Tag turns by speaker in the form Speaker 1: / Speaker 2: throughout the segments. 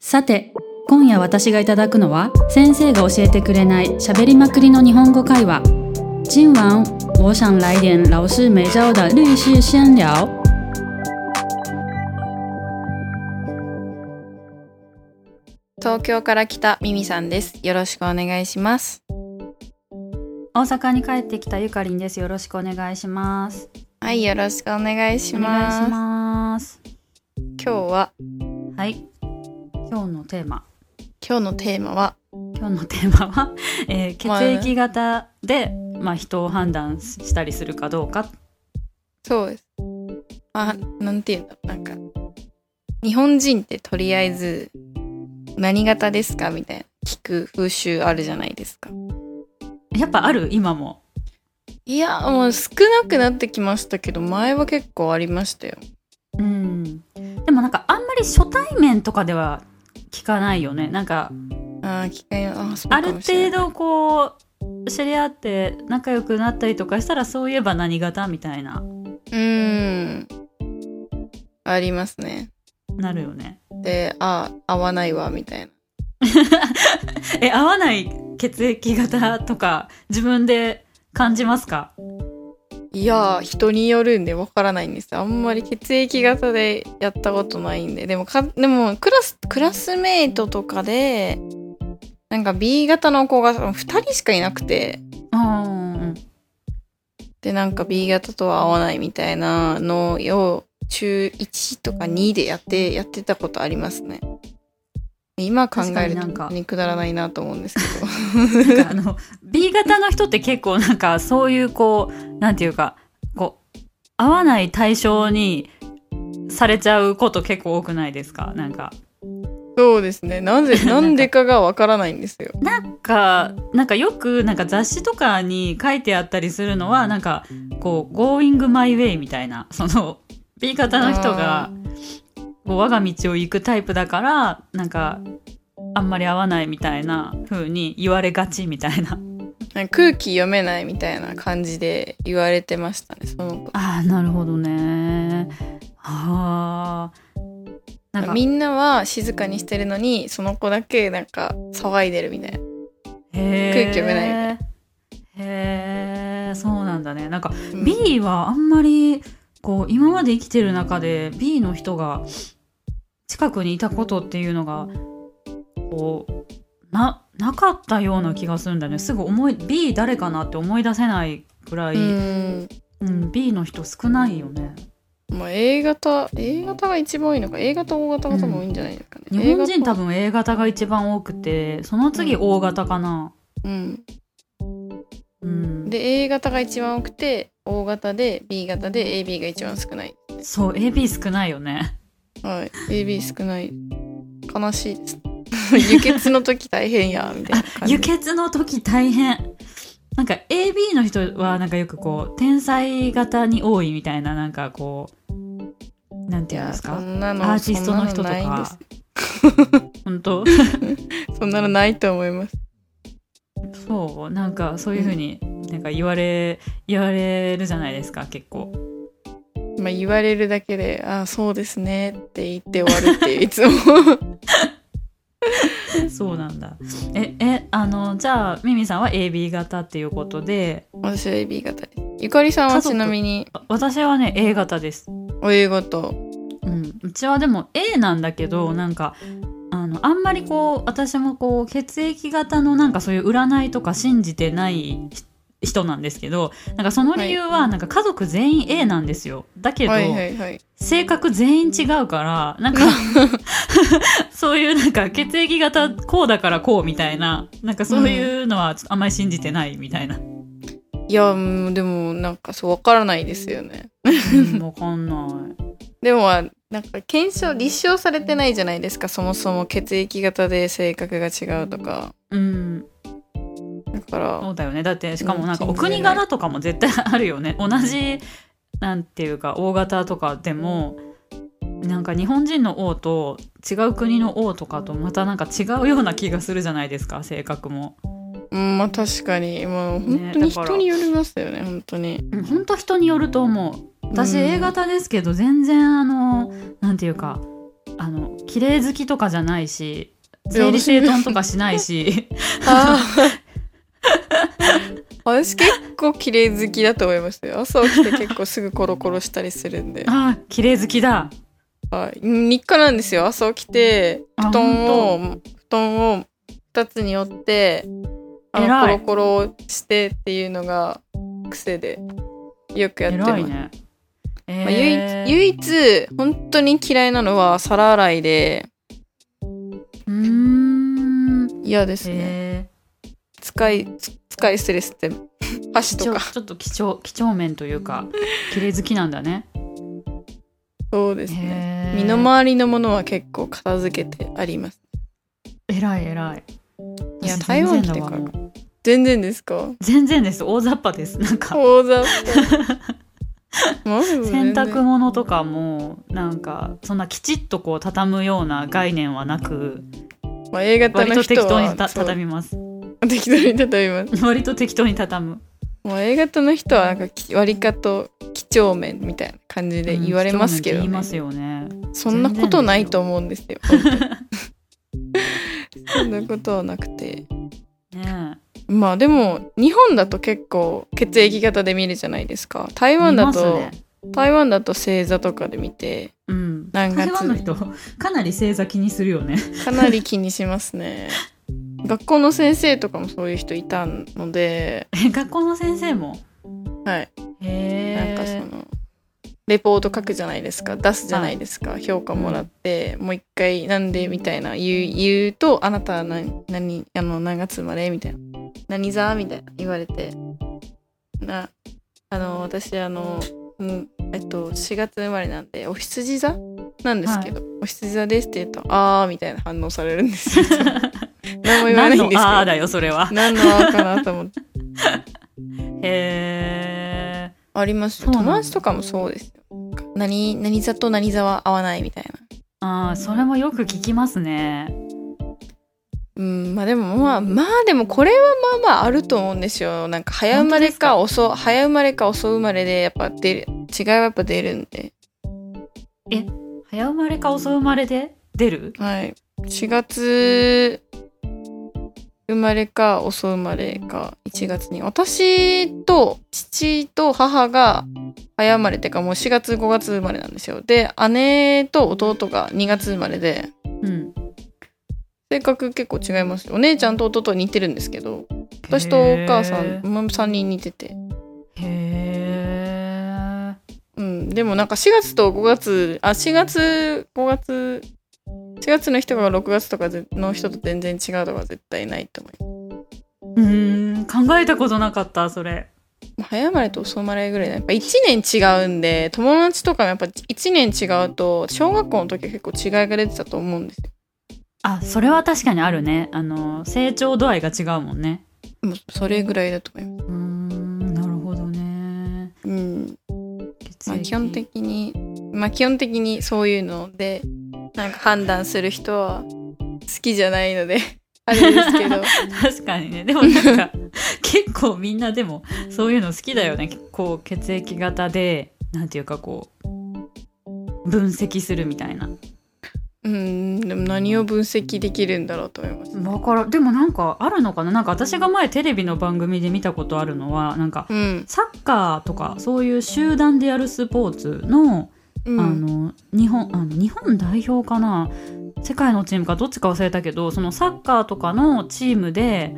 Speaker 1: さて今夜私がいただくのは先生が教えてくれないしゃべりまくりの日本語会話今晚我想来点老师没教的律师闲聊
Speaker 2: 東京から来たミミさんです。よろしくお願いします。
Speaker 1: 大阪に帰ってきたゆかりんですよろしくお願いします
Speaker 2: はい、よろしくお願いし
Speaker 1: お願い
Speaker 2: ます。
Speaker 1: します
Speaker 2: 今日は
Speaker 1: はい今日のテーマ
Speaker 2: 今日のテーマは
Speaker 1: 今日のテーマは、 えー
Speaker 2: まあ
Speaker 1: 血液型で、まあ、人を判断したりするかどうか
Speaker 2: そうです。あ、なんていうんだろうなんか日本人ってとりあえず何型ですかみたいな聞く風習あるじゃないですか。
Speaker 1: やっぱある今も
Speaker 2: いや、もう少なくなってきましたけど、前は結構ありましたよ。
Speaker 1: うんでもなんかあんまり初対面とかでは聞かないよねなんか
Speaker 2: ああ、機会あ、そう
Speaker 1: あ
Speaker 2: か
Speaker 1: る
Speaker 2: もしれ
Speaker 1: 程
Speaker 2: ない。
Speaker 1: 度こう知り合って仲良くなったりとかしたらそういえば何型みたいな
Speaker 2: うーん。ありますね。
Speaker 1: なるよね
Speaker 2: で、あ、合わないわ、みたいな。
Speaker 1: え合わない血液型とか自分で感じますか
Speaker 2: いやー人によるんでわからないんですあんまり血液型でやったことないんででもかでもクラスクラスメイトとかでなんか B 型の子が2人しかいなくて
Speaker 1: うん
Speaker 2: でなんか B 型とは合わないみたいなのを中1とか2でやってやってたことありますね今考え
Speaker 1: 確かに
Speaker 2: る
Speaker 1: なん
Speaker 2: と
Speaker 1: か
Speaker 2: にくだらないなと思うんですけど
Speaker 1: なんかあの B 型の人って結構なんかそういうこうなんていうかこう合わない対象にされちゃうこと結構多くないですかなんか
Speaker 2: そうですねなぜなんでかがわからないんですよ
Speaker 1: なんかなんかよくなんか雑誌とかに書いてあったりするのはなんかこう「Going my way」みたいな その B 型の人が
Speaker 2: あ
Speaker 1: こう我が道を行くタイプだからなんかあんまり合わないみたいな風に言われがちみたいな
Speaker 2: なんか空気読めないみたいな感じで言われてましたねその子
Speaker 1: ああなるほどねあーなんか
Speaker 2: みんなは静かにしてるのにその子だけなんか騒いでるみたいな
Speaker 1: 空
Speaker 2: 空気読めないみた
Speaker 1: へえそうなんだねなんか
Speaker 2: うん
Speaker 1: B はあんまりこう今まで生きてる中で B の人が近くにいたことっていうのがこうななかったような気がするんだよねすぐ思い B 誰かなって思い出せないくらい、
Speaker 2: う
Speaker 1: うん
Speaker 2: ん
Speaker 1: B の人少ないよね
Speaker 2: まあ A 型 A 型が一番多いのか A 型 O 型が多分多いんじゃないですかね、
Speaker 1: 日
Speaker 2: A
Speaker 1: 本人
Speaker 2: 型
Speaker 1: 多分 A 型が一番多くてその次
Speaker 2: うん
Speaker 1: O 型かな、
Speaker 2: うん
Speaker 1: うん、
Speaker 2: で A 型が一番多くて O 型で B 型で AB が一番少ない
Speaker 1: そう AB 少ないよね
Speaker 2: はい AB 少ない悲しいです 輸血の時大変やみたいな感じ
Speaker 1: 輸血の時大変なんか AB の人はなんかよくこう天才型に多いみたいななんかこうなん
Speaker 2: い
Speaker 1: ていうん
Speaker 2: や
Speaker 1: です
Speaker 2: そ
Speaker 1: か
Speaker 2: んなの
Speaker 1: アーティストの人と
Speaker 2: そんなないんです
Speaker 1: か 本当
Speaker 2: そんなのないと思います
Speaker 1: そうなんかそういうふうになんか言われ言われるじゃないですか結構
Speaker 2: まあ、言われるだけで「あそうですね」って言って終わるっていうい つも
Speaker 1: そうなんだええあのじゃあミミさんは AB 型っていうことで
Speaker 2: 私は AB 型ですゆかりさん
Speaker 1: 家
Speaker 2: は
Speaker 1: 族
Speaker 2: ちなみに
Speaker 1: わ私はね A 型です
Speaker 2: お英語と
Speaker 1: うん、うちはでも A なんだけどなんかあのあんまりこう私もこう血液型のなんかそういう占いとか信じてないひ人なんですけどなんかその理由はなんか家族全員 A なんですよだけど、
Speaker 2: はいはいはい
Speaker 1: 性格全員違うからなんか そういうなんか血液型こうだからこうみたいななんかそういうのはちょっとあんまり信じてないみた いな、
Speaker 2: いやうんでもなんかそうわからないですよね
Speaker 1: うん、わかんない
Speaker 2: でもあなんか検証立証されてないじゃないですかそもそも血液型で性格が違うとか
Speaker 1: うん
Speaker 2: だから
Speaker 1: そうだよねだってしかもなんか
Speaker 2: うん
Speaker 1: お国柄とかも絶対あるよね同じなんていうか大型とかでもなんか日本人の王と違う国の王とかとまたなんか違うような気がするじゃないですか性格も
Speaker 2: うんまあ確かにまあ本当
Speaker 1: ね
Speaker 2: に
Speaker 1: だから
Speaker 2: 人によりますよね本当に
Speaker 1: うんほんと人によると思う私
Speaker 2: うん
Speaker 1: A 型ですけど全然あのなんていうかあの綺麗好きとかじゃないし整理整頓とかしないし
Speaker 2: ああ私結構綺麗好きだと思いましたよ朝起きて結構すぐコロコロしたりするんで
Speaker 1: ああ綺麗好きだ
Speaker 2: はい日課なんですよ朝起きて
Speaker 1: あ
Speaker 2: 布団
Speaker 1: ほ
Speaker 2: を布団を2つに折ってあの
Speaker 1: 偉い
Speaker 2: コロコロしてっていうのが癖でよくやってます、
Speaker 1: 偉いね
Speaker 2: まあ唯
Speaker 1: えー
Speaker 2: 唯一本当に嫌いなのは皿洗いで
Speaker 1: うーん
Speaker 2: 嫌ですね、
Speaker 1: え
Speaker 2: 使いつ使い捨てですって箸
Speaker 1: ー、
Speaker 2: と
Speaker 1: ちょ
Speaker 2: か
Speaker 1: ちょっと几帳几帳面というか綺麗好きなんだね
Speaker 2: そうですね身の回りのものは結構片付けてあります。
Speaker 1: えらいえらい
Speaker 2: いや
Speaker 1: 私
Speaker 2: 台湾
Speaker 1: 全然
Speaker 2: 来て
Speaker 1: だわ
Speaker 2: から
Speaker 1: もう
Speaker 2: 全然ですか
Speaker 1: 全然です大雑把ですなんか
Speaker 2: 大雑 把。もう
Speaker 1: 洗
Speaker 2: 全然
Speaker 1: 濯物とかもなんかそんなきちっとこう畳むような概念はなく
Speaker 2: まあ、A 型
Speaker 1: 割
Speaker 2: の
Speaker 1: と
Speaker 2: 人
Speaker 1: 適当
Speaker 2: は
Speaker 1: にた
Speaker 2: そう
Speaker 1: 畳みます
Speaker 2: 適当に畳みます。
Speaker 1: 割と適当に畳む
Speaker 2: もう A 型の人はなんかき割りかと几帳面みたいな感じで言われますけど、
Speaker 1: うん几帳面って言い
Speaker 2: ね
Speaker 1: ますよね
Speaker 2: そんなことないと思うんですよ。そんなことはなくて。
Speaker 1: ね
Speaker 2: まあでも日本だと結構血液型で見るじゃないですか。台
Speaker 1: え
Speaker 2: 湾だ
Speaker 1: 見
Speaker 2: と、
Speaker 1: ますね
Speaker 2: 台湾だと星座とかで見て
Speaker 1: うん、
Speaker 2: 何月
Speaker 1: 台湾の人かなり星座気にするよね
Speaker 2: かなり気にしますね 学校の先生とかもそういう人いたので
Speaker 1: え学校の先生も
Speaker 2: はい
Speaker 1: へ
Speaker 2: なん
Speaker 1: え
Speaker 2: かそのレポート書くじゃないですか出すじゃないですか、評価もらって、もう一回なんでみたいな言う言うとあなたは何何あの何月生まれみたいな何座みたいな言われてなあの私あのうんえっと4月生まれなんでお羊座なんですけど、お羊座ですって言うとあーみたいな反応されるんで すよ何も言わない
Speaker 1: 何
Speaker 2: んです
Speaker 1: の
Speaker 2: けど
Speaker 1: ああだよそれは
Speaker 2: 何のあーかなと思って
Speaker 1: へえ
Speaker 2: ありますよ
Speaker 1: そうなんだ
Speaker 2: 友達とかもそうですよなんか何何座と何座は合わないみたいな
Speaker 1: ああそれもよく聞きますね
Speaker 2: うんまあでもまあまあでもこれはまあまああると思うんですよなんか早生まれか遅早生まれか遅生まれでやっぱ出る違いはやっぱ出るんで
Speaker 1: 早生まれか遅生まれで出る
Speaker 2: はい4月生まれか遅生まれか1月に私と父と母が早生まれっていうかもう4月5月生まれなんですよで姉と弟が2月生まれで
Speaker 1: うん
Speaker 2: 性格結構違いますよお姉ちゃんと弟は似てるんですけど私とお母さん
Speaker 1: へ
Speaker 2: も3人似てて、
Speaker 1: え
Speaker 2: うん、でもなんか4月と5月あ4月5月4月の人が6月とかぜの人と全然違うとか絶対ないと思いま
Speaker 1: うーん考えたことなかったそれ
Speaker 2: すまあ早生まれと遅生まれぐらいでやっぱ1年違うんで友達とかもやっぱ1年違うと小学校の時は結構違いが出てたと思うんですよ
Speaker 1: あそれは確かにあるねあの成長度合いが違うもんね
Speaker 2: もうそれぐらいだと思いま
Speaker 1: うーんなるほどね
Speaker 2: す、うん
Speaker 1: 血
Speaker 2: まあ、
Speaker 1: 液
Speaker 2: 基本的にまあ基本的にそういうのでなんか判断する人は好きじゃないので あれです けど
Speaker 1: 確かにねでもなんか 結構みんなでもそういうの好きだよねこう血液型でなんていうかこう分析するみたいな
Speaker 2: うん、でも何を分析できるんだろうと思います。
Speaker 1: わからんでもなんかあるのかななんか私が前テレビの番組で見たことあるのはなんか
Speaker 2: うん、
Speaker 1: サッカーとかそういう集団でやるスポーツの,、
Speaker 2: うん、
Speaker 1: あの日本あの日本代表かな世界のチームかどっちか忘れたけどそのサッカーとかのチームで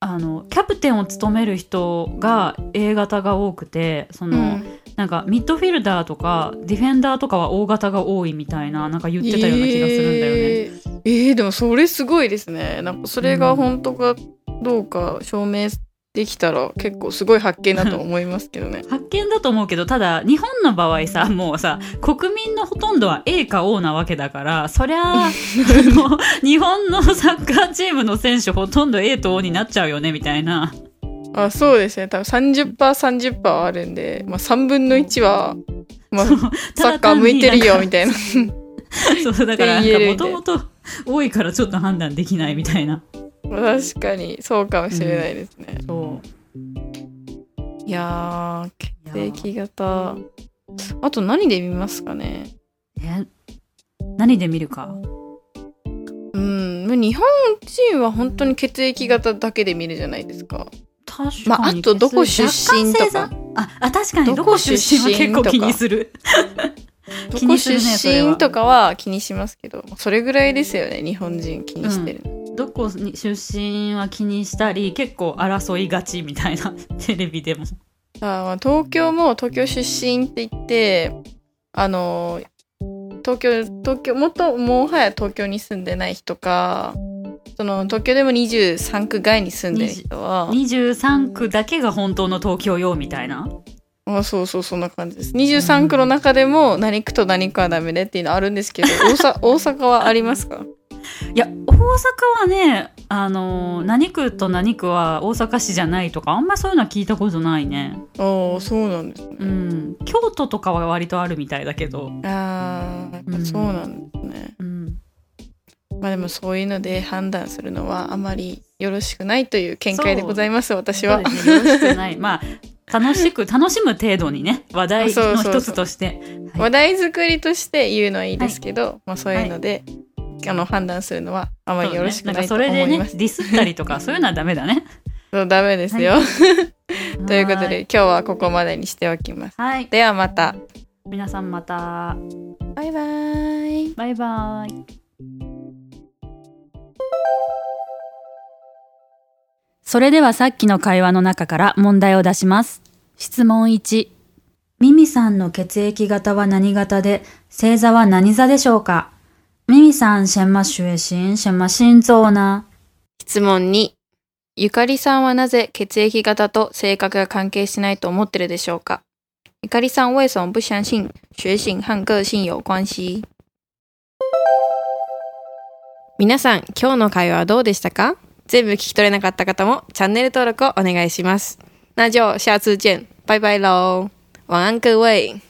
Speaker 1: あのキャプテンを務める人が A 型が多くてその、
Speaker 2: うん
Speaker 1: なんかミッドフィルダーとかディフェンダーとかは O 型が多いみたいななんか言ってたような気がするんだよね。。
Speaker 2: えーえーでもそれすごいですね。なんかそれが本当かどうか証明できたら結構すごい発見だと思いますけどね
Speaker 1: 発見だと思うけどただ日本の場合さもうさ国民のほとんどは A か O なわけだからそり ゃあの日本のサッカーチームの選手ほとんど A と O になっちゃうよねみたいな
Speaker 2: あ、そうですね。多分三十パー三十パーあるんで、まあ三分の一はまあサッカー向いてるよみたいな。
Speaker 1: そうだから
Speaker 2: って言える
Speaker 1: も
Speaker 2: んで
Speaker 1: ともと多いからちょっと判断できないみたいな
Speaker 2: 確かにそうかもしれないですね。
Speaker 1: そ
Speaker 2: いやー、
Speaker 1: ういや
Speaker 2: 血液型。あと何で見ますかね。
Speaker 1: え何で見るか
Speaker 2: うん、日本人は本当に血液型だけで見るじゃないですか。
Speaker 1: 確
Speaker 2: まあ
Speaker 1: か
Speaker 2: あ
Speaker 1: に
Speaker 2: とどこ出身とか
Speaker 1: 若干星座ああ確かにど
Speaker 2: ど
Speaker 1: こ
Speaker 2: こ
Speaker 1: 出
Speaker 2: 出
Speaker 1: 身
Speaker 2: 身
Speaker 1: は結構気にする
Speaker 2: ど
Speaker 1: 気
Speaker 2: こ
Speaker 1: にする
Speaker 2: 出
Speaker 1: ね
Speaker 2: 身とかは気にしますけど、それぐらいですよね、日本人気にしてる。
Speaker 1: どこに出身は気にしたり結構争いがちみたいな テレビでも
Speaker 2: あまあ東京も東京出身って言って、あの、東京、東京、もっと、もはや東京に住んでない人か、その東京でも23区外に住んでる人は、
Speaker 1: 23区だけが本当の東京よみたいな
Speaker 2: あそうそうそんな感じです23区の中でも何区と何区はダメでっていうのあるんです けど大阪大阪はありますか
Speaker 1: いや大阪はねあの何区と何区は大阪市じゃないとかあんまそういうのは聞いたことないね
Speaker 2: ああそうなんですね、
Speaker 1: うん京都とかは割とあるみたいだけど
Speaker 2: ああやっぱそうなんですね、
Speaker 1: うん
Speaker 2: まあでもそういうので判断するのはあまりよろしくないという見解でございます私は
Speaker 1: そうですねよろしくないまあ楽 しく楽しむ程度にね話題
Speaker 2: そう
Speaker 1: の
Speaker 2: そうそう
Speaker 1: 一つとしてはい
Speaker 2: 話題作りとして言うのはいいですけど、まあそういうので、あの判断するのはあまりよろしくないと
Speaker 1: そ
Speaker 2: 思
Speaker 1: うねなんかそれで
Speaker 2: い
Speaker 1: ね
Speaker 2: ます。
Speaker 1: ディスったりとかそういうのはダメだね
Speaker 2: そうダメですよ。 ということ
Speaker 1: は
Speaker 2: で
Speaker 1: い
Speaker 2: 今日はここまでにしておきます。
Speaker 1: はい
Speaker 2: ではまた。
Speaker 1: 皆さんまた
Speaker 2: バイバイ。
Speaker 1: バイバイそれではさっきの会話の中から問題を出します。質問1。ミミさんの血液型は何型で、星座は何座でしょうかミミさん、什么血型、什么心臓呢
Speaker 2: 質問2ゆかりさんはなぜ血液型と性格が関係しないと思ってるでしょうかゆかりさん为什么不相信血型和个性有关系皆さん今日の会話はどうでしたか全部聞き取れなかった方もチャンネル登録をお願いします那就下次见拜拜喽晚安各位